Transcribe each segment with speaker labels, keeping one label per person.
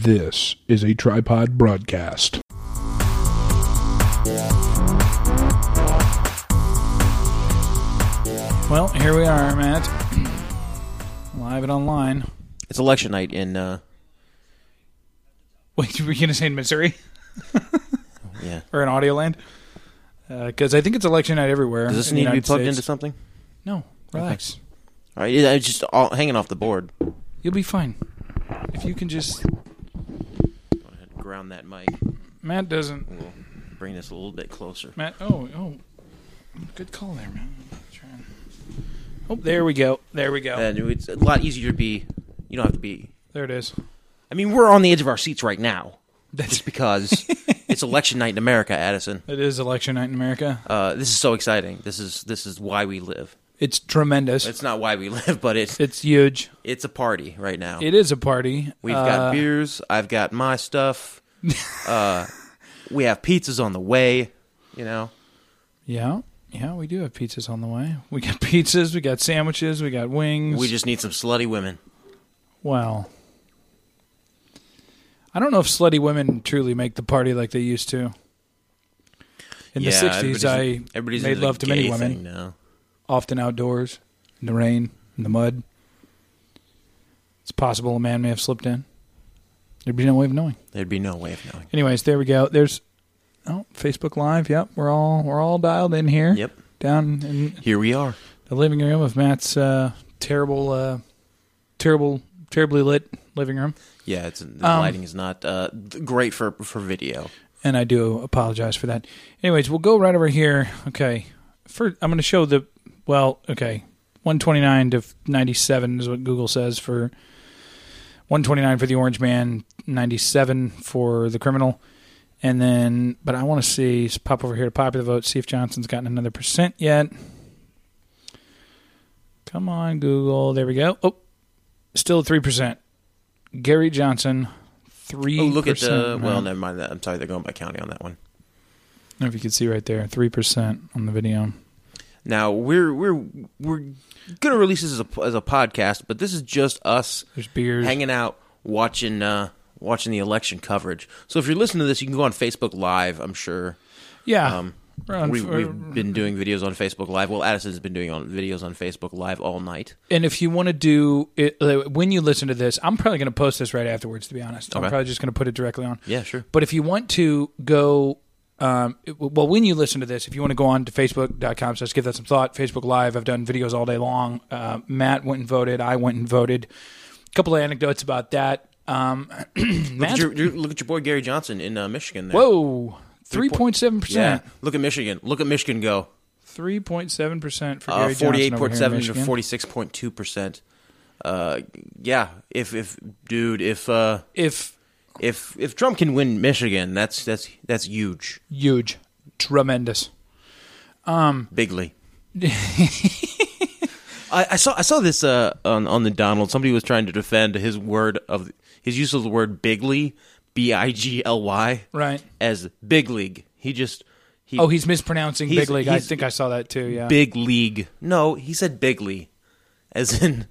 Speaker 1: This is a tripod broadcast.
Speaker 2: Well, here we are, Matt. Live and online.
Speaker 3: It's election night in uh
Speaker 2: Wait, were you going to say in Missouri
Speaker 3: yeah.
Speaker 2: or in Audioland? Because I think it's election night everywhere.
Speaker 3: Does this
Speaker 2: in the
Speaker 3: need to be
Speaker 2: United
Speaker 3: plugged
Speaker 2: States.
Speaker 3: into something?
Speaker 2: No, relax.
Speaker 3: All right, yeah, it's just all hanging off the board. Go
Speaker 2: You'll be fine. If you can just.
Speaker 3: ahead and ground that mic.
Speaker 2: Matt doesn't.
Speaker 3: We'll bring this a little bit closer.
Speaker 2: Matt. Oh, oh. Good call there, man. Trying- Oh, there we go. There we go.
Speaker 3: And it's a lot easier to be. You don't have to be.
Speaker 2: There it is.
Speaker 3: I mean, we're on the edge of our seats right now, just because it's election night in America, Addison.
Speaker 2: It is election night in America.
Speaker 3: Uh, this is so exciting. This is this is why we live.
Speaker 2: It's tremendous. It's,
Speaker 3: It's not why we live, but it's
Speaker 2: huge.
Speaker 3: it's a party right now.
Speaker 2: It is a party.
Speaker 3: We've
Speaker 2: Uh,
Speaker 3: got beers. I've got my stuff. uh, we have pizzas on the way. You know.
Speaker 2: Yeah. Yeah, we do have pizzas on the way. We got pizzas, we got sandwiches, we got wings.
Speaker 3: We just need some slutty women.
Speaker 2: well. I don't know if slutty women truly make the party like they used to. In the sixties I made
Speaker 3: into the
Speaker 2: love to many
Speaker 3: gay
Speaker 2: women,
Speaker 3: thing now.
Speaker 2: often outdoors, in the rain, in the mud. It's possible a man may have slipped in. There'd be no way of knowing.
Speaker 3: There'd be no way of knowing.
Speaker 2: Anyways, there we go. There's oh, Facebook Live, yep, we're all we're all dialed in here.
Speaker 3: Yep.
Speaker 2: Down in
Speaker 3: Here we are.
Speaker 2: the living room of Matt's uh, terrible, uh, terrible, terribly lit living room.
Speaker 3: Yeah, it's the lighting is not uh, th- great for for video.
Speaker 2: And I do apologize for that. Anyways, we'll go right over here. Okay. First, I'm going to show the, well, okay. 129 to 97 is what Google says for 129 for the Orange Man, 97 for the criminal. And then, but I want to see, just pop over here to popular vote, see if Johnson's gotten another percent yet. Come on, Google. There we go. Oh, still at 3%. Gary Johnson, 3%.
Speaker 3: Oh, look at the
Speaker 2: man.
Speaker 3: well. Never mind that. I'm sorry, they're going by county on that one.
Speaker 2: I don't know if you can see right there, three percent on the video.
Speaker 3: Now we're we're we're gonna release this as a as a podcast, but this is just us
Speaker 2: There's beers.
Speaker 3: hanging out watching uh, watching the election coverage. So if you're listening to this, you can go on Facebook Live. I'm sure.
Speaker 2: yeah,
Speaker 3: Um,
Speaker 2: We're on-
Speaker 3: we,
Speaker 2: we're-
Speaker 3: we've been doing videos on Facebook Live. Well, Addison's been doing on videos on Facebook Live all night.
Speaker 2: and if you want to do it uh, when you listen to this, I'm probably going to post this right afterwards. To be honest, I'm
Speaker 3: Okay.
Speaker 2: probably just going to put it directly on.
Speaker 3: Yeah, sure.
Speaker 2: But if you want to go, um, it- well, when you listen to this, if you want to go on to facebook.com, so just give that some thought. Facebook Live, I've done videos all day long. Uh, Matt went and voted. I went and voted. A couple of anecdotes about that. Um,
Speaker 3: Look at,
Speaker 2: Matt's-
Speaker 3: your, your- look at your boy Gary Johnson in uh, Michigan. There.
Speaker 2: whoa, three point seven
Speaker 3: Yeah,
Speaker 2: percent.
Speaker 3: look at Michigan. Look at Michigan go.
Speaker 2: Three point seven percent for
Speaker 3: Uh,
Speaker 2: Gary Johnson over here in
Speaker 3: Forty-eight point seven to
Speaker 2: Michigan.
Speaker 3: forty-six point two percent. Uh, yeah. If if dude, if uh,
Speaker 2: If
Speaker 3: if if Trump can win Michigan, that's that's that's huge,
Speaker 2: huge, tremendous.
Speaker 3: bigly. I, I saw I saw this uh, on on the Donald. Somebody was trying to defend his word of his use of the word bigly, b i g l y,
Speaker 2: Right.
Speaker 3: as big league. He just he
Speaker 2: Oh, he's mispronouncing
Speaker 3: He's-
Speaker 2: big league. I
Speaker 3: he's-
Speaker 2: think I saw that too. Yeah.
Speaker 3: big league. No, he said bigly, as in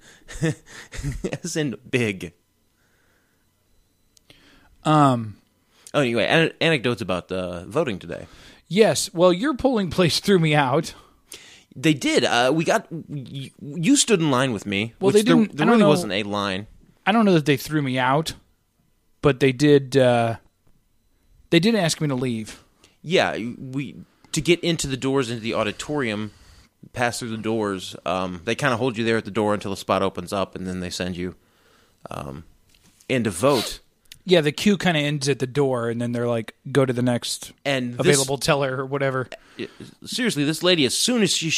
Speaker 3: as in big.
Speaker 2: Um.
Speaker 3: Oh, anyway, an- anecdotes about uh, voting today.
Speaker 2: Yes. Well, your polling place threw me out.
Speaker 3: They did. Uh, we got you, you stood in line with me.
Speaker 2: Well,
Speaker 3: which
Speaker 2: they
Speaker 3: there-
Speaker 2: didn't-
Speaker 3: There,
Speaker 2: I don't
Speaker 3: really
Speaker 2: know.
Speaker 3: wasn't a line.
Speaker 2: I don't know that they threw me out, but they did. Uh, they did ask me to leave.
Speaker 3: Yeah, we to get into the doors into the auditorium, pass through the doors. Um, they kind of hold you there at the door until the spot opens up, and then they send you um, in to vote.
Speaker 2: Yeah, the queue kind of ends at the door, and then they're like, "Go to the next
Speaker 3: And this-
Speaker 2: available teller or whatever."
Speaker 3: seriously, this lady, as soon as she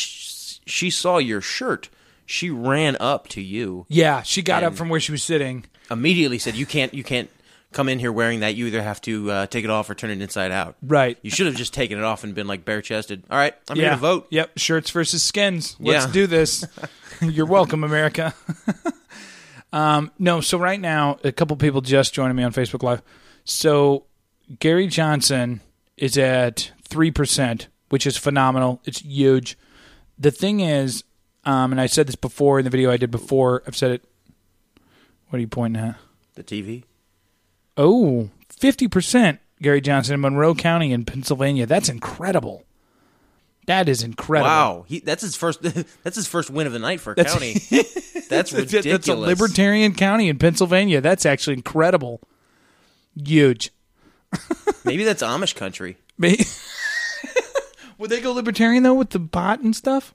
Speaker 3: she saw your shirt, she ran up to you
Speaker 2: Yeah, she got up
Speaker 3: And-
Speaker 2: from where she was sitting.
Speaker 3: immediately. Said, "You can't, you can't come in here wearing that. You either have to uh, take it off or turn it inside out."
Speaker 2: Right.
Speaker 3: You should have just taken it off and been like bare chested. All right, I'm here
Speaker 2: yeah.
Speaker 3: to vote.
Speaker 2: Yep. Shirts versus skins. Let's
Speaker 3: Yeah.
Speaker 2: do this. You're welcome, America. um, no, so right now, a couple people just joining me on Facebook Live. So Gary Johnson is at 3%, which is phenomenal. It's huge. The thing is, um, and I said this before in the video I did before, I've said it. What are you pointing at?
Speaker 3: The TV.
Speaker 2: Oh, 50% Gary Johnson in Monroe County in Pennsylvania. That's incredible. That is incredible.
Speaker 3: Wow, he, that's his first. that's his first win of the night for a
Speaker 2: That's-
Speaker 3: county. That's
Speaker 2: That's-
Speaker 3: ridiculous.
Speaker 2: That's a libertarian county in Pennsylvania. That's actually incredible. Huge.
Speaker 3: Maybe that's Amish country.
Speaker 2: May- Would they go libertarian though with the pot and stuff?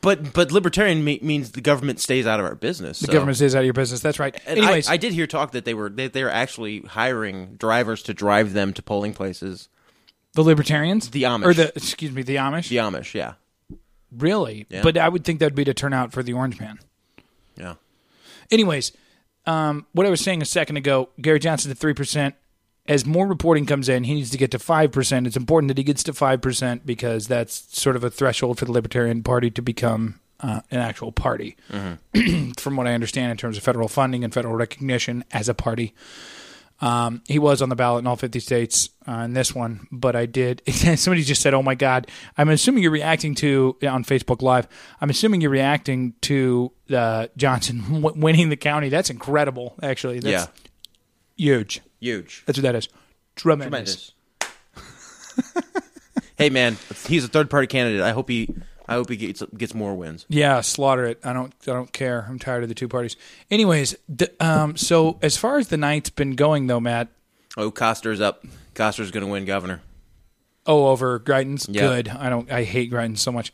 Speaker 3: But but libertarian me- means the government stays out of our business.
Speaker 2: The government stays out of your business. That's right.
Speaker 3: And
Speaker 2: Anyways,
Speaker 3: I, I did hear talk that they were that they were actually hiring drivers to drive them to polling places.
Speaker 2: the libertarians,
Speaker 3: The Amish.
Speaker 2: or the excuse me, the Amish.
Speaker 3: The Amish, yeah,
Speaker 2: Really? But I would think that'd be to turn out for the Orange Man.
Speaker 3: yeah.
Speaker 2: Anyways, um, what I was saying a second ago, Gary Johnson to three percent. As more reporting comes in, he needs to get to five percent. It's important that he gets to five percent because that's sort of a threshold for the Libertarian Party to become uh, an actual party, from what I understand in terms of federal funding and federal recognition as a party. Um, he was on the ballot in all 50 states on this one, but I did. Somebody just said, "Oh my God!" I'm assuming you're reacting to on Facebook Live. I'm assuming you're reacting to uh, Johnson w- winning the county. That's incredible, actually. That's
Speaker 3: yeah,
Speaker 2: huge.
Speaker 3: huge,
Speaker 2: That's what that is. Tremendous.
Speaker 3: tremendous. hey man, he's a third party candidate. I hope he I hope he gets gets more wins.
Speaker 2: Yeah, slaughter it. I don't. I don't care. I'm tired of the two parties. Anyways, d- um, so as far as the night's been going, though, Matt.
Speaker 3: Oh, Coster's up. Coster's going to win governor.
Speaker 2: Oh, over Greitens.
Speaker 3: Yeah.
Speaker 2: Good. I don't. I hate Greitens so much.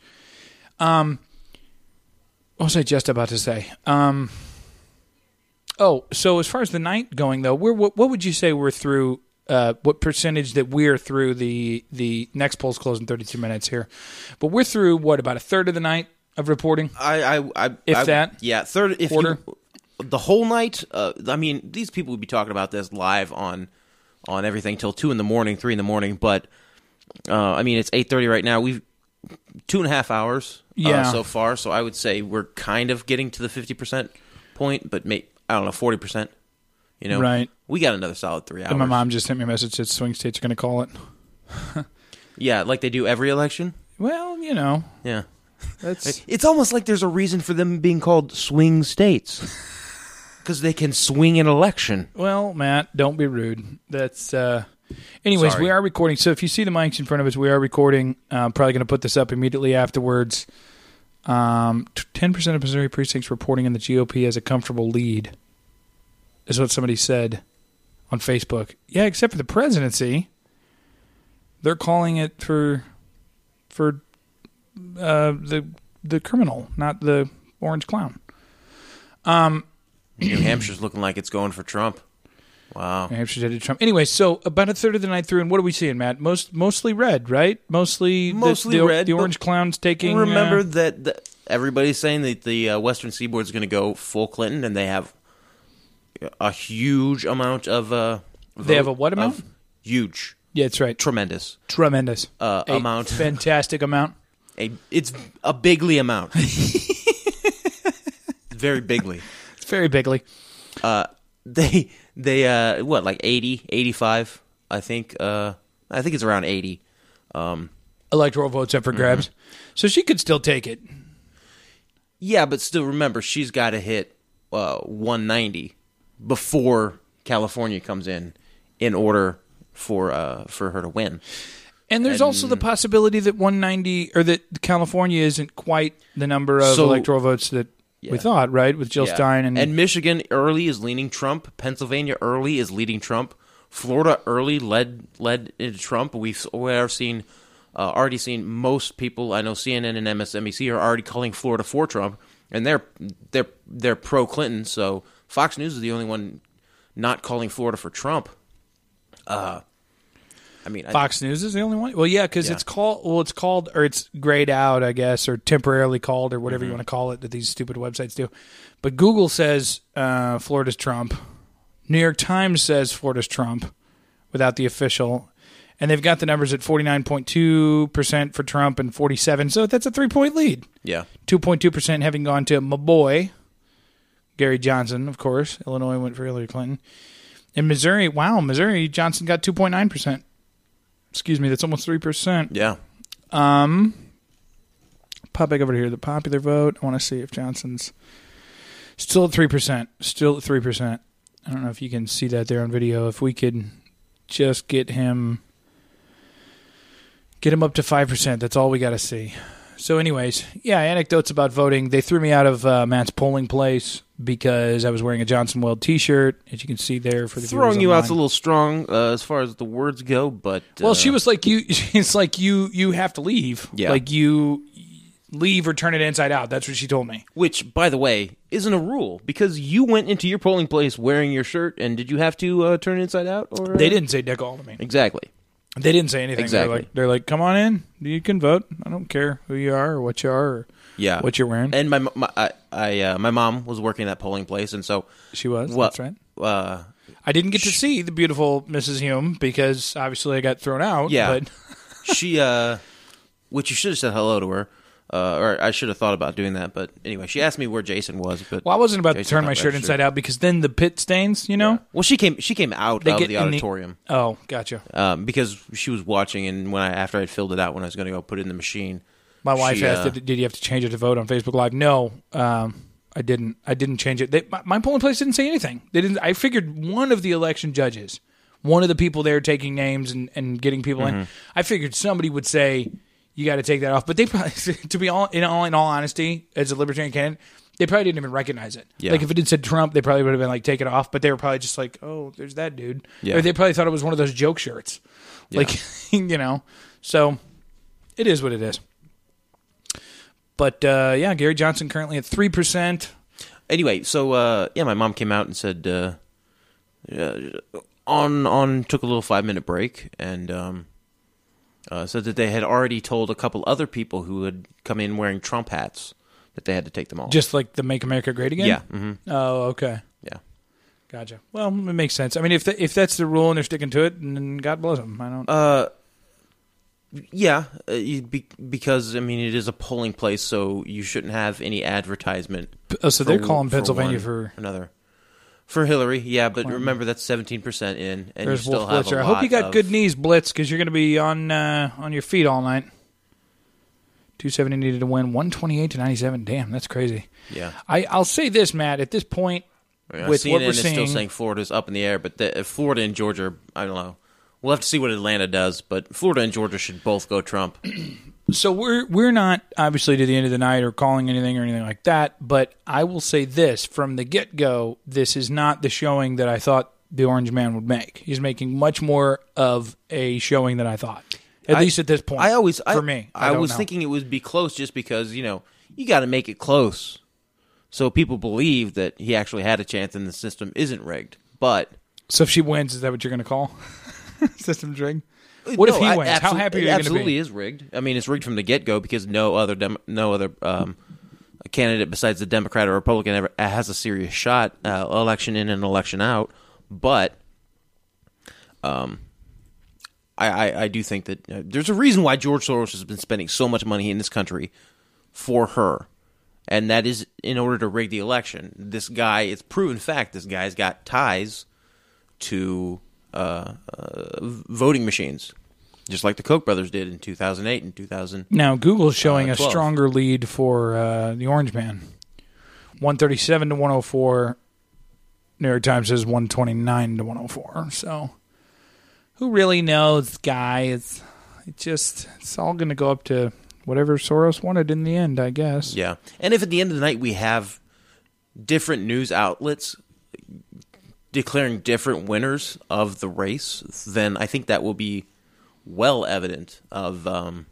Speaker 2: Um, what was I just about to say? Um, oh, so as far as the night going though, we're what, what would you say we're through? Uh, what percentage that we're through the the next polls close in 32 minutes here, but we're through what about a third of the night of reporting?
Speaker 3: I, I, I
Speaker 2: If
Speaker 3: I-
Speaker 2: that.
Speaker 3: yeah, third, if
Speaker 2: Quarter.
Speaker 3: you- the whole night. Uh, I mean, these people would be talking about this live on, on everything till two in the morning, three in the morning. But uh, I mean, it's eight thirty right now. We've two and a half hours,
Speaker 2: Yeah.
Speaker 3: uh, so far. So I would say we're kind of getting to the fifty percent point, but may, I don't know, forty percent. You know,
Speaker 2: Right.
Speaker 3: We got another solid three hours.
Speaker 2: And my mom just sent me a message that swing states are going to call it.
Speaker 3: Yeah, like they do every election.
Speaker 2: Well, you know,
Speaker 3: Yeah.
Speaker 2: that's
Speaker 3: It's almost like there's a reason for them being called swing states. Because they can swing an election.
Speaker 2: Well, Matt, don't be rude. That's uh anyways,
Speaker 3: Sorry.
Speaker 2: we are recording. So if you see the mics in front of us, we are recording. Uh, I'm probably going to put this up immediately afterwards. Um, t- 10% of Missouri precincts reporting in the GOP as a comfortable lead is what somebody said on Facebook. Yeah, except for the presidency. They're calling it for for uh, the the criminal, not the orange clown.
Speaker 3: New Hampshire's looking like it's going for Trump. Wow.
Speaker 2: New Hampshire did to Trump. Anyway, so about a third of the night through, and what are we seeing, Matt? Most mostly red, right? Mostly, the-
Speaker 3: Mostly
Speaker 2: the,
Speaker 3: red,
Speaker 2: The
Speaker 3: but
Speaker 2: orange clowns taking. uh,
Speaker 3: Remember that the, everybody's saying that the uh, Western Seaboard's going to go full Clinton, and they have a huge amount of. Uh,
Speaker 2: They have
Speaker 3: vote
Speaker 2: a what
Speaker 3: of-
Speaker 2: amount?
Speaker 3: Huge,
Speaker 2: yeah, that's right.
Speaker 3: tremendous
Speaker 2: Tremendous
Speaker 3: uh,
Speaker 2: A
Speaker 3: amount.
Speaker 2: fantastic amount.
Speaker 3: A, it's a bigly amount. Very bigly.
Speaker 2: It's very bigly.
Speaker 3: Uh, they they uh what like 80 85 i think uh i think it's around 80 um
Speaker 2: Electoral votes
Speaker 3: Mm-hmm.
Speaker 2: up for grabs, so she could still take it.
Speaker 3: yeah but still remember she's got to hit uh 190 before california comes in in order for uh for her to win
Speaker 2: And there's also the possibility that 190 or that California isn't quite the number of
Speaker 3: So-
Speaker 2: electoral votes that we
Speaker 3: Yeah.
Speaker 2: thought, right? With Jill
Speaker 3: Yeah.
Speaker 2: Stein and,
Speaker 3: michigan early is leaning trump pennsylvania early is leading trump florida early led led into trump we've we have seen uh, already seen most people i know cnn and msnbc are already calling florida for trump and they're they're they're pro clinton so fox news is the only one not calling florida for trump uh i mean I-
Speaker 2: Fox News is the only one. Well, yeah, because
Speaker 3: Yeah.
Speaker 2: it's called well, it's called or it's grayed out, I guess, or temporarily called or
Speaker 3: Mm-hmm.
Speaker 2: whatever you want to call it that these stupid websites do. But Google says uh, Florida's Trump. New York Times says Florida's Trump, without the official, and they've got the numbers at forty nine point two percent for Trump and forty seven. So that's a three point lead.
Speaker 3: yeah
Speaker 2: 2.2% having gone to my boy, Gary Johnson, of course. Illinois went for Hillary Clinton. In Missouri, wow, Missouri, Johnson got 2.9%. Excuse me, that's almost 3%.
Speaker 3: yeah
Speaker 2: Um, Pop back over here, the popular vote. I want to see if Johnson's still at 3%. Still at 3%. I don't know if you can see that there on video. If we could just get him get him up to 5%, that's all we got to see. So anyways, yeah, anecdotes about voting. They threw me out of uh, Matt's polling place because I was wearing a Johnson Weld t-shirt, as you can see there for the viewers
Speaker 3: Throwing you out's a
Speaker 2: online.
Speaker 3: little strong uh, as far as the words go, but uh,
Speaker 2: Well, she was like you. It's like you. You have to leave.
Speaker 3: Yeah.
Speaker 2: Like you leave or turn it inside out. That's what she told me.
Speaker 3: which, by the way, isn't a rule because you went into your polling place wearing your shirt, and did you have to uh, turn inside out? Or
Speaker 2: They didn't say dick all to me.
Speaker 3: exactly.
Speaker 2: They didn't say anything.
Speaker 3: Exactly.
Speaker 2: They're like, they're like, come on in. You can vote. I don't care who you are or what you are or
Speaker 3: Yeah,
Speaker 2: what you're wearing.
Speaker 3: And my my I, I uh, my mom was working at that polling place, and so
Speaker 2: she was.
Speaker 3: well,
Speaker 2: That's right.
Speaker 3: Uh,
Speaker 2: I didn't get to see the beautiful Mrs. Hume because obviously I got thrown out.
Speaker 3: Yeah.
Speaker 2: But
Speaker 3: she uh which you should have said hello to her uh, or i should have thought about doing that but anyway she asked me where jason was but
Speaker 2: well, I wasn't about to
Speaker 3: Jason's
Speaker 2: turn
Speaker 3: not
Speaker 2: my shirt
Speaker 3: registered.
Speaker 2: inside out because then the pit stains, you know?
Speaker 3: well she came she came out
Speaker 2: They
Speaker 3: of
Speaker 2: get
Speaker 3: the
Speaker 2: in the-
Speaker 3: auditorium
Speaker 2: Oh, gotcha.
Speaker 3: um, because she was watching and when i after i'd filled it out when i was going to go put it in the machine
Speaker 2: My wife
Speaker 3: she,
Speaker 2: asked,
Speaker 3: uh,
Speaker 2: did, "Did you have to change it to vote on Facebook Live?" No, um, I didn't. I didn't change it. They, my, my polling place didn't say anything. They didn't. I figured one of the election judges, one of the people there taking names and, and getting people in,
Speaker 3: Mm-hmm.
Speaker 2: I figured somebody would say, "You got to take that off." But they probably, to be all in all in all honesty, as a libertarian candidate, they probably didn't even recognize it.
Speaker 3: Yeah.
Speaker 2: Like if it had said Trump, they probably would have been like, "Take it off." But they were probably just like, "Oh, there's that dude."
Speaker 3: Yeah.
Speaker 2: Or they probably thought it was one of those joke shirts, like you know. So it is what it is. But uh, yeah, Gary Johnson currently at three percent.
Speaker 3: anyway so uh, yeah my mom came out and said uh, uh, on on took a little five minute break and um, uh, said that they had already told a couple other people who had come in wearing trump hats that they had to take them off
Speaker 2: Just like the "Make America Great Again."
Speaker 3: yeah hmm
Speaker 2: Oh, okay.
Speaker 3: yeah
Speaker 2: Gotcha. Well, it makes sense. I mean, if the, if that's the rule and they're sticking to it, then God bless them. I don't.
Speaker 3: Uh, yeah, uh, you- be, because I mean it is a polling place, so you shouldn't have any advertisement.
Speaker 2: oh, so
Speaker 3: for
Speaker 2: they're
Speaker 3: w-
Speaker 2: calling
Speaker 3: for
Speaker 2: Pennsylvania
Speaker 3: one
Speaker 2: for.
Speaker 3: another for Hillary. Yeah, but remember that's seventeen percent in, and you
Speaker 2: There's
Speaker 3: still
Speaker 2: Wolf
Speaker 3: have.
Speaker 2: Blitzer.
Speaker 3: a
Speaker 2: I hope you
Speaker 3: lot
Speaker 2: got
Speaker 3: of-
Speaker 2: good knees, Blitz, because you're going to be on uh, on your feet all night. Two seventy needed to win one twenty eight to ninety seven. Damn, that's crazy.
Speaker 3: Yeah,
Speaker 2: I I'll say this, Matt. At this point,
Speaker 3: I mean,
Speaker 2: with
Speaker 3: CNN
Speaker 2: what we're
Speaker 3: is still
Speaker 2: seeing-
Speaker 3: saying Florida's up in the air, but the, uh, Florida and Georgia, I don't know. We'll have to see what Atlanta does, but Florida and Georgia should both go Trump.
Speaker 2: so we're we're not obviously to the end of the night or calling anything or anything like that but i will say this from the get-go this is not the showing that i thought the orange man would make he's making much more of a showing than i thought at least at this point
Speaker 3: I always I,
Speaker 2: for me
Speaker 3: I,
Speaker 2: don't
Speaker 3: was
Speaker 2: know.
Speaker 3: thinking it would be close just because you know you got to make it close, so people believe that he actually had a chance and the system isn't rigged. But
Speaker 2: so if she wins is that what you're going to call system drink what if
Speaker 3: Uh, No,
Speaker 2: he
Speaker 3: I-
Speaker 2: wins how
Speaker 3: absolu-
Speaker 2: happy are you
Speaker 3: it
Speaker 2: going to
Speaker 3: absolutely
Speaker 2: be
Speaker 3: is rigged. I mean, it's rigged from the get go because no other dem- no other um, candidate besides the Democrat or Republican ever uh, has a serious shot uh, election in and election out. But um, I, I I do think that uh, there's a reason why George Soros has been spending so much money in this country for her. And that is in order to rig the election. This guy, it's proven fact, this guy's got ties to uh, uh, v- voting machines, just like the Koch brothers did in 2008 and 2000.
Speaker 2: now google's showing
Speaker 3: Uh,
Speaker 2: a
Speaker 3: 12.
Speaker 2: stronger lead for uh, the orange man 137 to 104 New York Times says 129 to 104. So who really knows, guys? It just it's all going to go up to whatever Soros wanted in the end, I guess.
Speaker 3: Yeah, and if at the end of the night we have different news outlets declaring different winners of the race, then I think that will be well evident of um,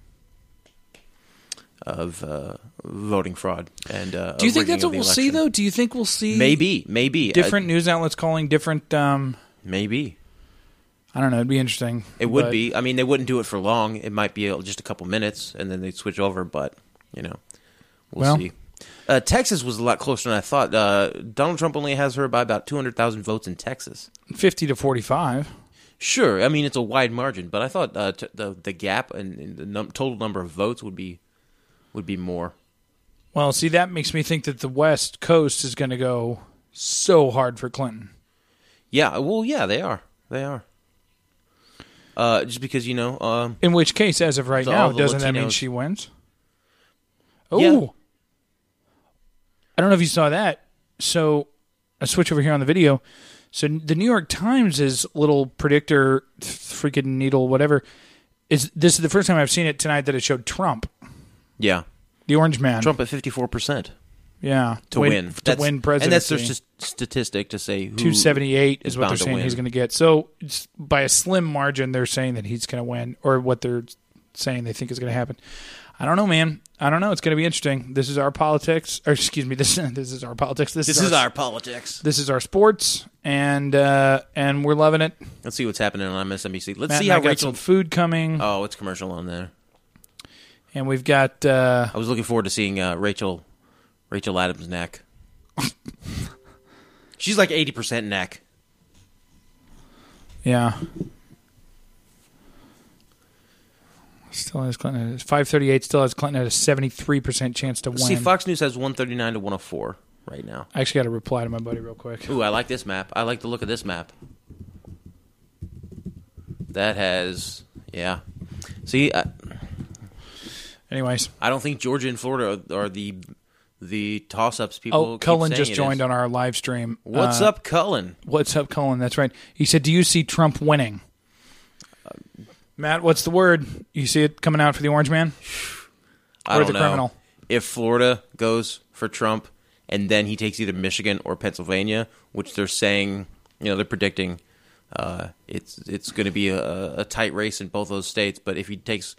Speaker 3: of uh, voting fraud. And uh,
Speaker 2: Do you
Speaker 3: of
Speaker 2: think
Speaker 3: rigging
Speaker 2: that's
Speaker 3: of
Speaker 2: what
Speaker 3: the
Speaker 2: we'll see
Speaker 3: election.
Speaker 2: though? Do you think we'll see
Speaker 3: Maybe, maybe
Speaker 2: different
Speaker 3: I-
Speaker 2: news outlets calling different um
Speaker 3: maybe.
Speaker 2: I don't know, it'd be interesting.
Speaker 3: It would
Speaker 2: but-
Speaker 3: be. I mean, they wouldn't do it for long. It might be just a couple minutes, and then they'd switch over. But you know, we'll,
Speaker 2: Well-
Speaker 3: see. Uh, Texas was a lot closer than I thought. Uh, Donald Trump only has her by about two hundred thousand votes in Texas.
Speaker 2: 50 to 45.
Speaker 3: Sure, I mean it's a wide margin, but I thought uh, t- the the gap and, and the num- total number of votes would be would be more.
Speaker 2: Well, see that makes me think that the West Coast is going to go so hard for Clinton.
Speaker 3: Yeah, well, yeah, they are, they are. Uh, just because you know, um,
Speaker 2: In which case, as of right
Speaker 3: So all
Speaker 2: now,
Speaker 3: the
Speaker 2: doesn't that mean
Speaker 3: Latinos-
Speaker 2: she wins? Oh,
Speaker 3: Yeah.
Speaker 2: I don't know if you saw that. So I switch over here on the video. So the New York Times' little predictor, freaking needle, whatever, is this is the first time I've seen it tonight that it showed Trump,
Speaker 3: Yeah.
Speaker 2: the orange man.
Speaker 3: Trump at 54%
Speaker 2: yeah,
Speaker 3: to win.
Speaker 2: to
Speaker 3: That's-
Speaker 2: win presidency.
Speaker 3: And that's their st- statistic to say who.
Speaker 2: 278 is
Speaker 3: is
Speaker 2: what
Speaker 3: bound
Speaker 2: they're
Speaker 3: to
Speaker 2: saying
Speaker 3: win.
Speaker 2: he's going to get. So it's by a slim margin, they're saying that he's going to win, or what they're saying they think is going to happen. I don't know, man. I don't know. It's going to be interesting. This is our politics, or excuse me, this this is our politics. This,
Speaker 3: This is our politics.
Speaker 2: this is our sports, and uh, and we're loving it.
Speaker 3: Let's see what's happening on MSNBC. Let's
Speaker 2: Matt
Speaker 3: see
Speaker 2: and I
Speaker 3: how
Speaker 2: got
Speaker 3: Rachel.
Speaker 2: some food coming,
Speaker 3: Oh, it's commercial on there.
Speaker 2: and we've got uh,
Speaker 3: I was looking forward to seeing uh, Rachel, Rachel Adams' neck. She's like eighty percent neck.
Speaker 2: yeah. Still has Clinton at five thirty eight. Still has Clinton at a seventy three percent chance to win.
Speaker 3: See, Fox News has one thirty nine to one hundred four right now.
Speaker 2: I actually got to reply to my buddy real quick.
Speaker 3: Ooh, I like this map. I like the look of this map. That has, yeah. See, I,
Speaker 2: Anyways,
Speaker 3: I don't think Georgia and Florida are, are the the toss ups people.
Speaker 2: Oh, Cullen just joined on our live stream.
Speaker 3: What's
Speaker 2: Uh,
Speaker 3: up, Cullen?
Speaker 2: What's up, Cullen? That's right. He said, "Do you see Trump winning?"
Speaker 3: Uh,
Speaker 2: Matt, what's the word? You see it coming out for the Orange Man? Or
Speaker 3: I don't
Speaker 2: the
Speaker 3: know.
Speaker 2: criminal.
Speaker 3: If Florida goes for Trump and then he takes either Michigan or Pennsylvania, which they're saying, you know, they're predicting, uh, it's it's going to be a, a tight race in both those states. But if he takes,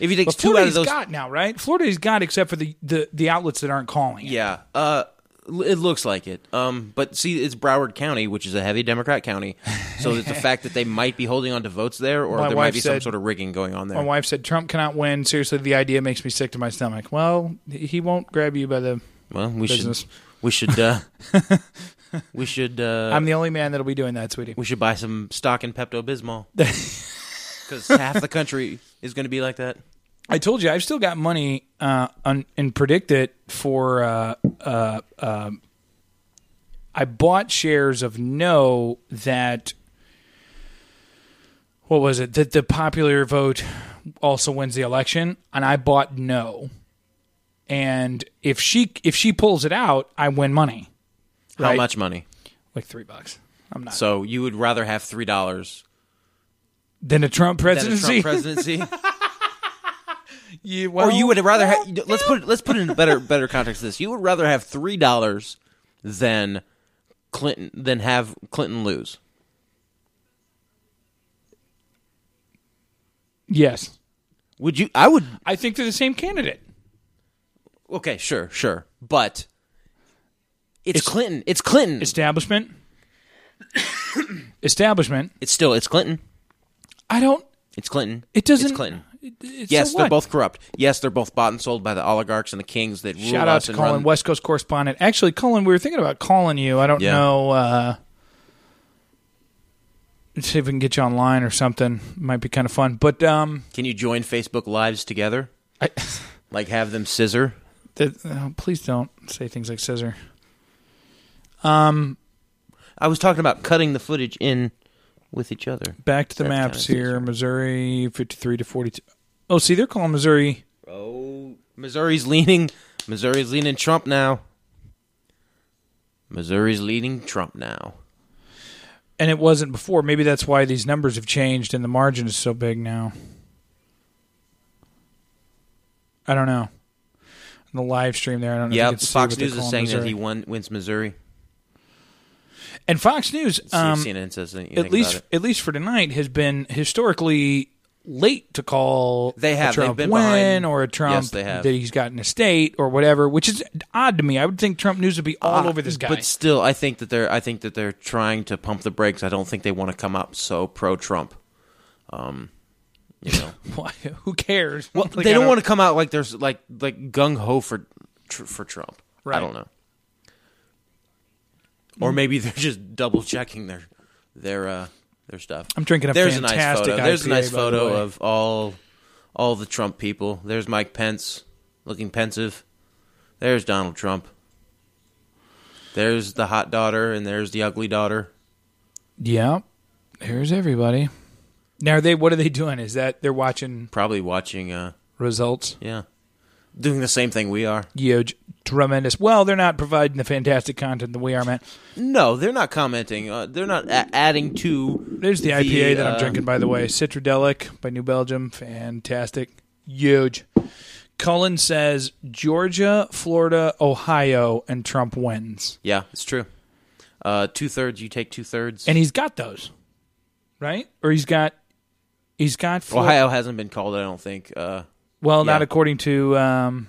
Speaker 3: if he takes
Speaker 2: But
Speaker 3: two out
Speaker 2: Florida
Speaker 3: of
Speaker 2: has
Speaker 3: those,
Speaker 2: got now, right? Florida has got, except for the, the, the outlets that aren't calling. it.
Speaker 3: yeah, uh, l- it looks like it. Um, but see, it's Broward County, which is a heavy Democrat county, so it's the fact that they might be holding on to votes there, or
Speaker 2: My
Speaker 3: there
Speaker 2: wife
Speaker 3: might be some
Speaker 2: said-
Speaker 3: sort of rigging going on there.
Speaker 2: My wife said Trump cannot win. Seriously, the idea makes me sick to my stomach. Well, he won't grab you by the.
Speaker 3: well, we
Speaker 2: Business.
Speaker 3: should, we should, uh, we should. Uh,
Speaker 2: I'm the only man that'll be doing that, sweetie.
Speaker 3: We should buy some stock in Pepto Bismol. Because half the country is going to be like that.
Speaker 2: I told you I've still got money uh, on and predict it for. Uh, uh, um I bought shares of No that. What was it that the popular vote also wins the election, and I bought No, and if she if she pulls it out, I win money,
Speaker 3: How
Speaker 2: Right.
Speaker 3: much money?
Speaker 2: like three bucks. I'm not.
Speaker 3: So you would rather have three dollars
Speaker 2: Then a Trump
Speaker 3: than a
Speaker 2: presidency.
Speaker 3: Trump presidency,
Speaker 2: Yeah,
Speaker 3: or
Speaker 2: well,
Speaker 3: you would rather have? Let's put it- let's put it in a better better context. to This you would rather have three dollars than Clinton than have Clinton lose.
Speaker 2: Yes,
Speaker 3: Would you? I would.
Speaker 2: I think they're the same candidate.
Speaker 3: Okay, sure, sure, but it's, Clinton. It's Clinton. It's,
Speaker 2: Establishment. Establishment.
Speaker 3: still it's Clinton.
Speaker 2: I don't.
Speaker 3: It's Clinton.
Speaker 2: It doesn't.
Speaker 3: It's Clinton.
Speaker 2: It- it's-
Speaker 3: Yes,
Speaker 2: so
Speaker 3: they're
Speaker 2: what?
Speaker 3: both corrupt. Yes, they're both bought and sold by the oligarchs and the kings that rule
Speaker 2: Shout out
Speaker 3: us
Speaker 2: to
Speaker 3: and
Speaker 2: Colin,
Speaker 3: run.
Speaker 2: West Coast correspondent. Actually, Colin, we were thinking about calling you. I don't
Speaker 3: Yeah.
Speaker 2: know. Uh, let's see if we can get you online or something. Might be kind of fun. But um,
Speaker 3: Can you join Facebook Lives together?
Speaker 2: I,
Speaker 3: Like have them scissor?
Speaker 2: the, oh, please don't say things like scissor.
Speaker 3: I was talking about cutting the footage in with each other.
Speaker 2: Back to the
Speaker 3: That's
Speaker 2: maps
Speaker 3: kinda
Speaker 2: here. Missouri, fifty-three to forty-two. Oh, see, they're calling Missouri.
Speaker 3: Oh, Missouri's leaning. Missouri's leaning Trump now. Missouri's leaning Trump now.
Speaker 2: and it wasn't before. Maybe that's why these numbers have changed and the margin is so big now. I don't know. In the live stream there, I don't know.
Speaker 3: Yeah,
Speaker 2: if you can see
Speaker 3: Fox
Speaker 2: what they're
Speaker 3: News is
Speaker 2: calling
Speaker 3: saying that
Speaker 2: Missouri.
Speaker 3: he won, wins Missouri.
Speaker 2: and Fox News,
Speaker 3: See
Speaker 2: um,
Speaker 3: if CNN says anything
Speaker 2: at least
Speaker 3: about it.
Speaker 2: at least for tonight, has been historically late to call
Speaker 3: They
Speaker 2: a
Speaker 3: have. They've
Speaker 2: Trump
Speaker 3: been
Speaker 2: win
Speaker 3: behind.
Speaker 2: or a Trump
Speaker 3: Yes, they have.
Speaker 2: that he's got in a state or whatever, which is odd to me. I would think Trump News would be all
Speaker 3: Ah,
Speaker 2: over this guy.
Speaker 3: But still, I think that they're I think that they're trying to pump the brakes. I don't think they want to come up so pro Trump. Um, you know.
Speaker 2: Why- Who cares?
Speaker 3: Well,
Speaker 2: Like,
Speaker 3: they
Speaker 2: I
Speaker 3: don't, want to come out like there's like like gung ho for tr- for Trump.
Speaker 2: Right.
Speaker 3: I don't know. Or maybe they're just double checking their their uh their stuff.
Speaker 2: I'm drinking a
Speaker 3: there's a nice
Speaker 2: fantastic
Speaker 3: photo. There's a
Speaker 2: IPA,
Speaker 3: nice
Speaker 2: by the
Speaker 3: photo
Speaker 2: way.
Speaker 3: of all all the Trump people. There's Mike Pence looking pensive. There's Donald Trump. There's the hot daughter and there's the ugly daughter.
Speaker 2: Yeah. Here's everybody. Now are they what are they doing? Is that they're watching
Speaker 3: Probably watching uh
Speaker 2: results?
Speaker 3: yeah. doing the same thing we are.
Speaker 2: Huge, tremendous. Well, they're not providing the fantastic content that we are, man.
Speaker 3: No, they're not commenting. Uh, they're not a- adding to.
Speaker 2: There's the IPA that I'm
Speaker 3: uh,
Speaker 2: drinking, by the way. Citradelic by New Belgium. Fantastic. Huge. Cullen says Georgia, Florida, Ohio, and Trump wins.
Speaker 3: Yeah, it's true. Uh, two thirds. You take two thirds.
Speaker 2: And he's got those. Right? Or he's got he's got Flor-
Speaker 3: Ohio hasn't been called. I don't think. Uh,
Speaker 2: Well, not
Speaker 3: yeah.
Speaker 2: according to um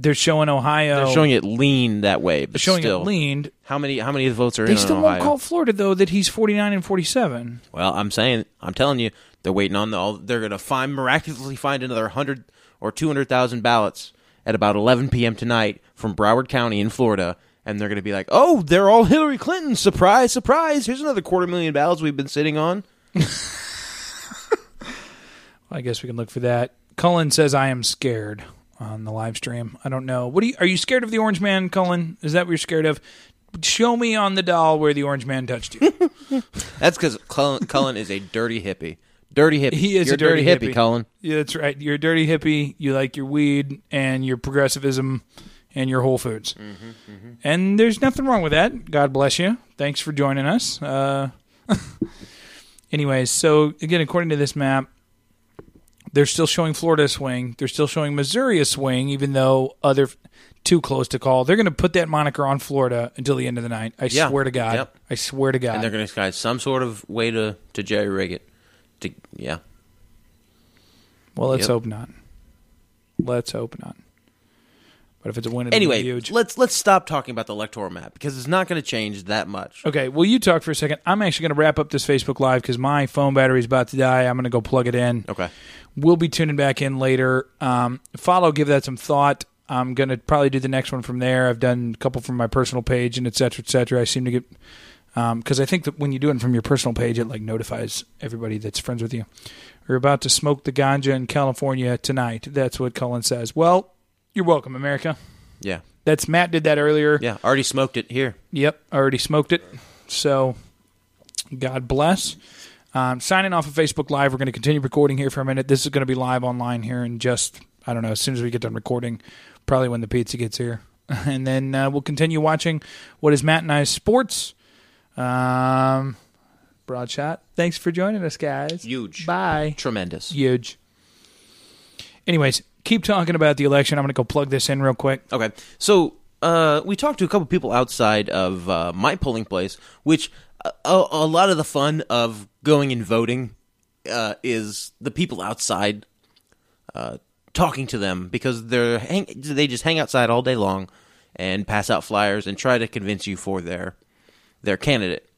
Speaker 2: they're showing Ohio
Speaker 3: they're showing it lean that way,
Speaker 2: they're
Speaker 3: but
Speaker 2: showing
Speaker 3: still,
Speaker 2: it leaned.
Speaker 3: how many how many votes are
Speaker 2: They
Speaker 3: in
Speaker 2: still
Speaker 3: on
Speaker 2: won't
Speaker 3: Ohio?
Speaker 2: call Florida though that he's forty nine and forty seven.
Speaker 3: Well, I'm saying, I'm telling you, they're waiting on the. all- They're going to find miraculously find another hundred or two hundred thousand ballots at about 11 p.m. tonight from Broward County in Florida, and they're going to be like, "Oh, they're all Hillary Clinton! Surprise, surprise! Here's another quarter million ballots we've been sitting on."
Speaker 2: I guess we can look for that. Cullen says I am scared on the live stream. I don't know. What do you, are you scared of the orange man, Cullen? Is that what you're scared of? Show me on the doll where the orange man touched you.
Speaker 3: That's because Cullen, Cullen is a dirty hippie. Dirty hippie.
Speaker 2: He is
Speaker 3: You're
Speaker 2: a dirty hippie.
Speaker 3: Cullen.
Speaker 2: yeah, that's right. You're a dirty hippie. You like your weed and your progressivism and your Whole Foods.
Speaker 3: Mm-hmm,
Speaker 2: And there's nothing wrong with that. God bless you. Thanks for joining us. Uh, anyways, so again, according to this map, they're still showing Florida a swing. They're still showing Missouri a swing, even though other too close to call. They're going to put that moniker on Florida until the end of the night. I
Speaker 3: Yeah.
Speaker 2: swear to God.
Speaker 3: Yep.
Speaker 2: I swear to God.
Speaker 3: And they're going to find some sort of way to to jerry rig it. To yeah,
Speaker 2: Well, let's
Speaker 3: Yep.
Speaker 2: hope not. Let's hope not. But if it's a win, it'll
Speaker 3: Anyway,
Speaker 2: be huge.
Speaker 3: let's let's stop talking about the electoral map because it's not going to change that much.
Speaker 2: okay, well, you talk for a second. I'm actually going to wrap up this Facebook Live because my phone battery's about to die. I'm going to go plug it in.
Speaker 3: Okay.
Speaker 2: We'll be tuning back in later. Um, follow, give that some thought. I'm going to probably do the next one from there. I've done a couple from my personal page and et cetera, et cetera. I seem to get, because I think that when you do it from your personal page, it like notifies everybody that's friends with you. We're about to smoke the ganja in California tonight. That's what Cullen says. Well, you're welcome, America.
Speaker 3: Yeah.
Speaker 2: That's Matt did that earlier.
Speaker 3: Yeah, already smoked it here.
Speaker 2: Yep, I already smoked it. So, God bless. Um, signing off of Facebook Live. We're going to continue recording here for a minute. This is going to be live online here in just, I don't know, as soon as we get done recording, probably when the pizza gets here. And then uh, we'll continue watching what is Matt and I's sports. Um, broad shot. Thanks for joining us, guys.
Speaker 3: Huge.
Speaker 2: Bye.
Speaker 3: Tremendous.
Speaker 2: Huge. Anyways, keep talking about the election. I'm going to go plug this in real quick.
Speaker 3: Okay. So uh, we talked to a couple people outside of uh, my polling place, which a, a, a lot of the fun of going and voting uh, is the people outside uh, talking to them because they're hang- they just hang outside all day long and pass out flyers and try to convince you for their their candidate.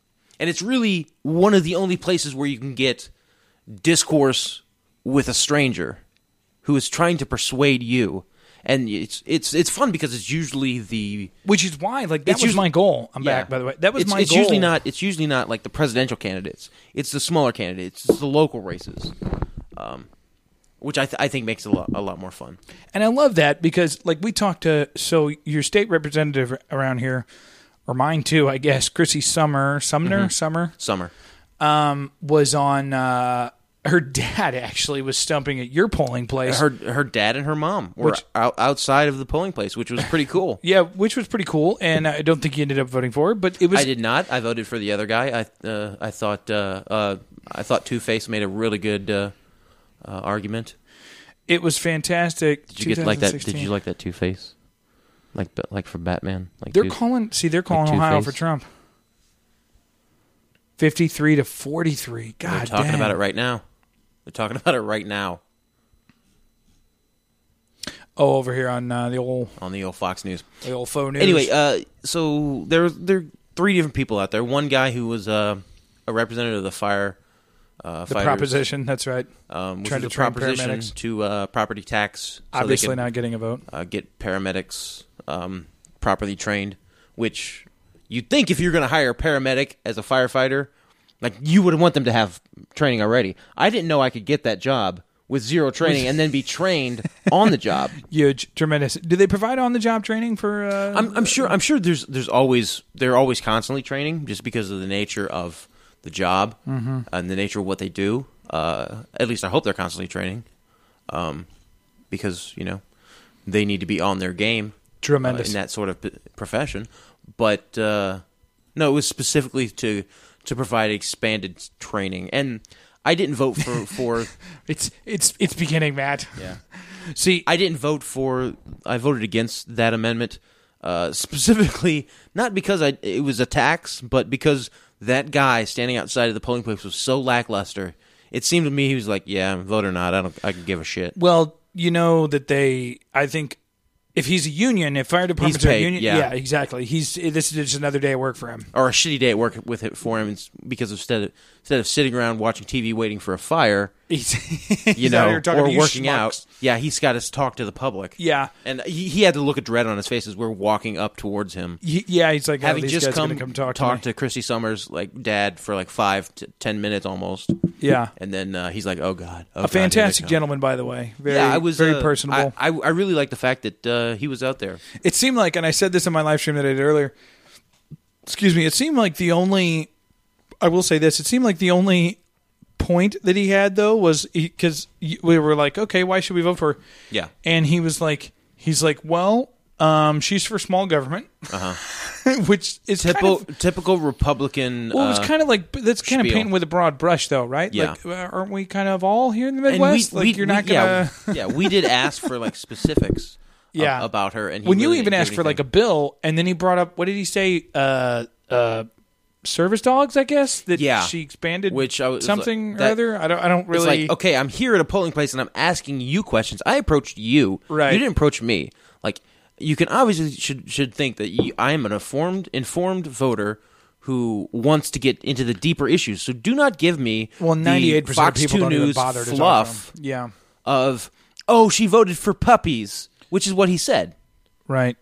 Speaker 3: And it's really one of the only places where you can get discourse with a stranger who is trying to persuade you. And it's it's it's fun because it's usually the
Speaker 2: Which is why, like, that
Speaker 3: It's
Speaker 2: was
Speaker 3: usually-
Speaker 2: my goal. I'm
Speaker 3: yeah.
Speaker 2: back, by the way. That was
Speaker 3: it's,
Speaker 2: my
Speaker 3: it's
Speaker 2: goal.
Speaker 3: usually not it's usually not like the presidential candidates. It's the smaller candidates. It's the local races, um, which I th- I think makes it a lot a lot more fun.
Speaker 2: And I love that because, like, we talked to so your state representative around here, or mine too, I guess, Chrissy Summer Sumner
Speaker 3: Mm-hmm.
Speaker 2: Summer
Speaker 3: Summer.
Speaker 2: um, was on. Uh, her dad actually was stumping at your polling place.
Speaker 3: Her her dad and her mom were
Speaker 2: Which-
Speaker 3: out, outside of the polling place, which was pretty cool.
Speaker 2: yeah, which was pretty cool, and I don't think he ended up voting for her, but it was
Speaker 3: I did not. I voted for the other guy. I uh, I thought uh, uh, I thought Two Face made a really good uh, uh, argument.
Speaker 2: it was fantastic.
Speaker 3: Did you get like that? Did you like that Two Face? Like like for Batman? Like
Speaker 2: They're
Speaker 3: Two-
Speaker 2: calling. See, they're calling
Speaker 3: like
Speaker 2: Ohio
Speaker 3: Two-Face?
Speaker 2: for Trump. Fifty-three to forty-three. God,
Speaker 3: They're talking
Speaker 2: dang.
Speaker 3: about it right now. They're talking about it right now
Speaker 2: Oh, over here on uh, the old
Speaker 3: on the old Fox News.
Speaker 2: the old phone news.
Speaker 3: Anyway, uh, so there there are three different people out there. One guy who was uh, a representative of the fire. Uh,
Speaker 2: the
Speaker 3: fighters,
Speaker 2: proposition. That's right.
Speaker 3: um, which
Speaker 2: trying
Speaker 3: is
Speaker 2: to
Speaker 3: a
Speaker 2: train
Speaker 3: proposition
Speaker 2: paramedics.
Speaker 3: to uh, property tax. so they
Speaker 2: Obviously,
Speaker 3: can-
Speaker 2: not getting a vote.
Speaker 3: uh, get paramedics um, properly trained, which you'd think if you're going to hire a paramedic as a firefighter, like you would want them to have training already. I didn't know I could get that job with zero training and then be trained on the job.
Speaker 2: Huge, tremendous. Do they provide on-the-job training for? Uh,
Speaker 3: I'm, I'm sure. I'm sure. There's there's always they're always constantly training just because of the nature of the job and the nature of what they do. Uh, at least I hope they're constantly training, um, because you know they need to be on their game uh,
Speaker 2: Tremendous.
Speaker 3: in that sort of p- profession. But uh, no, it was specifically to to provide expanded training, and I didn't vote for for
Speaker 2: it's it's it's beginning, Matt.
Speaker 3: yeah.
Speaker 2: See,
Speaker 3: I didn't vote for. I voted against that amendment uh, specifically, not because I it was a tax, but because that guy standing outside of the polling place was so lackluster. It seemed to me he was like, "Yeah, vote or not, I don't. I can give a shit."
Speaker 2: Well, you know that they. I think if he's a union, if fire departments are a
Speaker 3: paid,
Speaker 2: union,
Speaker 3: yeah.
Speaker 2: exactly. He's this is just another day of work for him.
Speaker 3: Or a shitty day at work with it for him it's because instead of instead of sitting around watching TV waiting for a fire,
Speaker 2: He's,
Speaker 3: you
Speaker 2: out
Speaker 3: know,
Speaker 2: here talking
Speaker 3: or
Speaker 2: to you
Speaker 3: working
Speaker 2: schmucks.
Speaker 3: out. Yeah, he's got to talk to the public.
Speaker 2: Yeah,
Speaker 3: and he, he had the look of dread on his face as we're walking up towards him.
Speaker 2: He- yeah. He's like, oh,
Speaker 3: having
Speaker 2: these
Speaker 3: just
Speaker 2: guys
Speaker 3: come,
Speaker 2: gonna come talk, to, me.
Speaker 3: to, Christy Summers like dad for like five to ten minutes almost,
Speaker 2: yeah.
Speaker 3: and then uh, he's like, "Oh God, oh,
Speaker 2: A fantastic gentleman, by the way. Very,
Speaker 3: yeah, I was
Speaker 2: very
Speaker 3: uh,
Speaker 2: personable.
Speaker 3: I, I, I really like the fact that uh, he was out there.
Speaker 2: it seemed like, and I said this in my live stream that I did earlier. Excuse me. It seemed like the only, I will say this. It seemed like the only point that he had though was because we were like, okay, why should we vote for her?
Speaker 3: Yeah,
Speaker 2: and he was like, he's like, well, um, she's for small government, which is
Speaker 3: typical
Speaker 2: Kind of,
Speaker 3: typical Republican.
Speaker 2: well, it was
Speaker 3: uh,
Speaker 2: kind of like but that's kind of
Speaker 3: spiel.
Speaker 2: painting with a broad brush, though, right?
Speaker 3: Yeah.
Speaker 2: Like, uh, aren't we kind of all here in the
Speaker 3: and we-
Speaker 2: Midwest? like,
Speaker 3: we-
Speaker 2: you're
Speaker 3: we-
Speaker 2: not gonna.
Speaker 3: Yeah, yeah, we did ask for like specifics. a-
Speaker 2: Yeah.
Speaker 3: about her, and he
Speaker 2: when you
Speaker 3: really
Speaker 2: even
Speaker 3: didn't
Speaker 2: asked
Speaker 3: do
Speaker 2: for like a
Speaker 3: anything.
Speaker 2: bill, and then he brought up what did he say? Uh, uh, service dogs, I guess. That
Speaker 3: Yeah.
Speaker 2: she expanded,
Speaker 3: Which I was-
Speaker 2: something
Speaker 3: that-
Speaker 2: or other. I don't. I don't
Speaker 3: It's
Speaker 2: really.
Speaker 3: like, okay, I'm here at a polling place and I'm asking you questions. I approached you.
Speaker 2: Right.
Speaker 3: You didn't approach me. Like you can obviously should should think that you, I am an informed informed voter who wants to get into the deeper issues. So do not give me
Speaker 2: well,
Speaker 3: the
Speaker 2: ninety eight percent of
Speaker 3: Fox
Speaker 2: people
Speaker 3: 2
Speaker 2: don't even
Speaker 3: News
Speaker 2: bother to talk to
Speaker 3: fluff
Speaker 2: them. Yeah.
Speaker 3: of oh she voted for puppies, which is what he said.
Speaker 2: Right.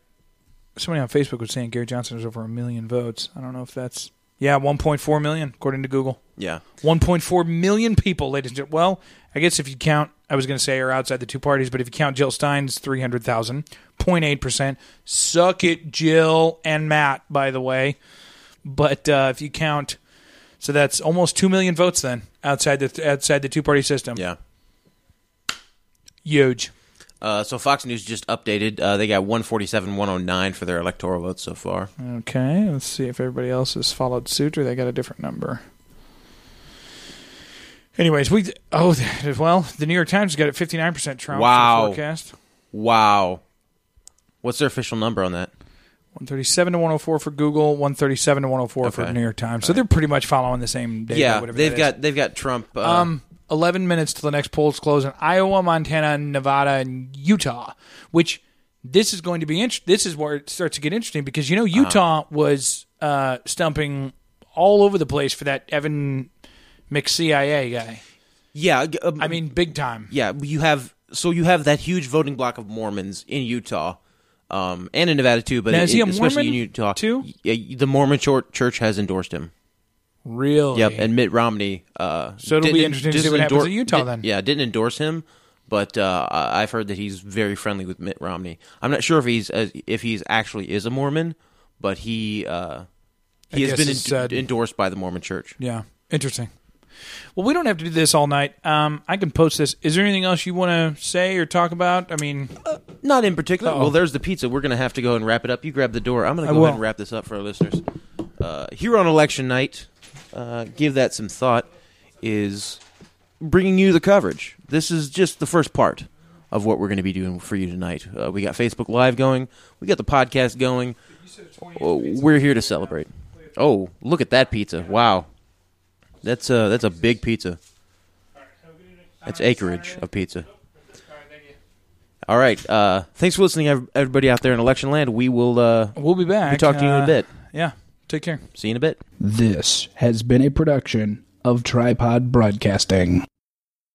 Speaker 2: Somebody on Facebook was saying Gary Johnson has over a million votes. I don't know if that's yeah, 1.4 million according to Google.
Speaker 3: Yeah.
Speaker 2: 1.4 million people, ladies and gentlemen. Well, I guess if you count, I was going to say are outside the two parties, but if you count Jill Stein's 300,000, 0.8 percent. Suck it, Jill and Matt. By the way, but uh, if you count, so that's almost two million votes then outside the outside the two party system.
Speaker 3: Yeah.
Speaker 2: Huge.
Speaker 3: Uh, so Fox News just updated. Uh, they got 147, 109 for their electoral votes so far.
Speaker 2: Hmm. Okay, let's see if everybody else has followed suit or they got a different number. Anyways, we oh well, the New York Times got it fifty nine percent Trump for the
Speaker 3: Wow.
Speaker 2: forecast.
Speaker 3: Wow. What's their official number on that?
Speaker 2: One thirty seven to one hundred four for Google. One thirty seven to one hundred four for
Speaker 3: Okay.
Speaker 2: the New York Times. So they're pretty much following the same data.
Speaker 3: yeah,
Speaker 2: whatever
Speaker 3: they've
Speaker 2: that is.
Speaker 3: got they've got Trump. Uh,
Speaker 2: um eleven minutes till the next polls close in Iowa, Montana, Nevada, and Utah. Which this is going to be int- this is where it starts to get interesting because you know
Speaker 3: Uh-huh.
Speaker 2: Utah was uh, stumping all over the place for that Evan McCia guy.
Speaker 3: yeah, g- um,
Speaker 2: I mean, big time.
Speaker 3: yeah, you have so you have that huge voting block of Mormons in Utah, um, and in Nevada too. But
Speaker 2: Now, is
Speaker 3: it-
Speaker 2: he a
Speaker 3: especially in
Speaker 2: Mormon,
Speaker 3: Utah
Speaker 2: too?
Speaker 3: Yeah, the Mormon chur- church has endorsed him.
Speaker 2: Really?
Speaker 3: Yep, and Mitt Romney. Uh,
Speaker 2: So it'll be
Speaker 3: didn't-
Speaker 2: interesting to see
Speaker 3: didn't
Speaker 2: what happens in Utah
Speaker 3: did-
Speaker 2: then.
Speaker 3: Yeah, didn't endorse him, but uh, I- I've heard that he's very friendly with Mitt Romney. I'm not sure if he's uh, if he's actually is a Mormon, but he uh, he
Speaker 2: guess
Speaker 3: has been
Speaker 2: it's
Speaker 3: en-
Speaker 2: sad.
Speaker 3: endorsed by the Mormon Church.
Speaker 2: yeah. Interesting. Well, we don't have to do this all night. Um, I can post this. Is there anything else you want to say or talk about? I mean,
Speaker 3: Not in particular.
Speaker 2: Uh-oh.
Speaker 3: Well, there's the pizza. We're going to have to go and wrap it up. You grab the door. I'm going
Speaker 2: I
Speaker 3: to go ahead
Speaker 2: will.
Speaker 3: and wrap this up for our listeners. Uh, here on election night, uh, give that some thought, is bringing you the coverage. This is just the first part of what we're going to be doing for you tonight. Uh, we got Facebook Live going, we got the podcast going. Oh, we're here to celebrate. Oh, look at that pizza. Wow. That's a, that's a big pizza. That's acreage of pizza. All right. Uh, thanks for listening, ev- everybody out there in election land. We will uh,
Speaker 2: we'll be back.
Speaker 3: be talking to you in
Speaker 2: Uh,
Speaker 3: a bit.
Speaker 2: Yeah. Take care.
Speaker 3: See you in a bit.
Speaker 1: This has been a production of Tripod Broadcasting.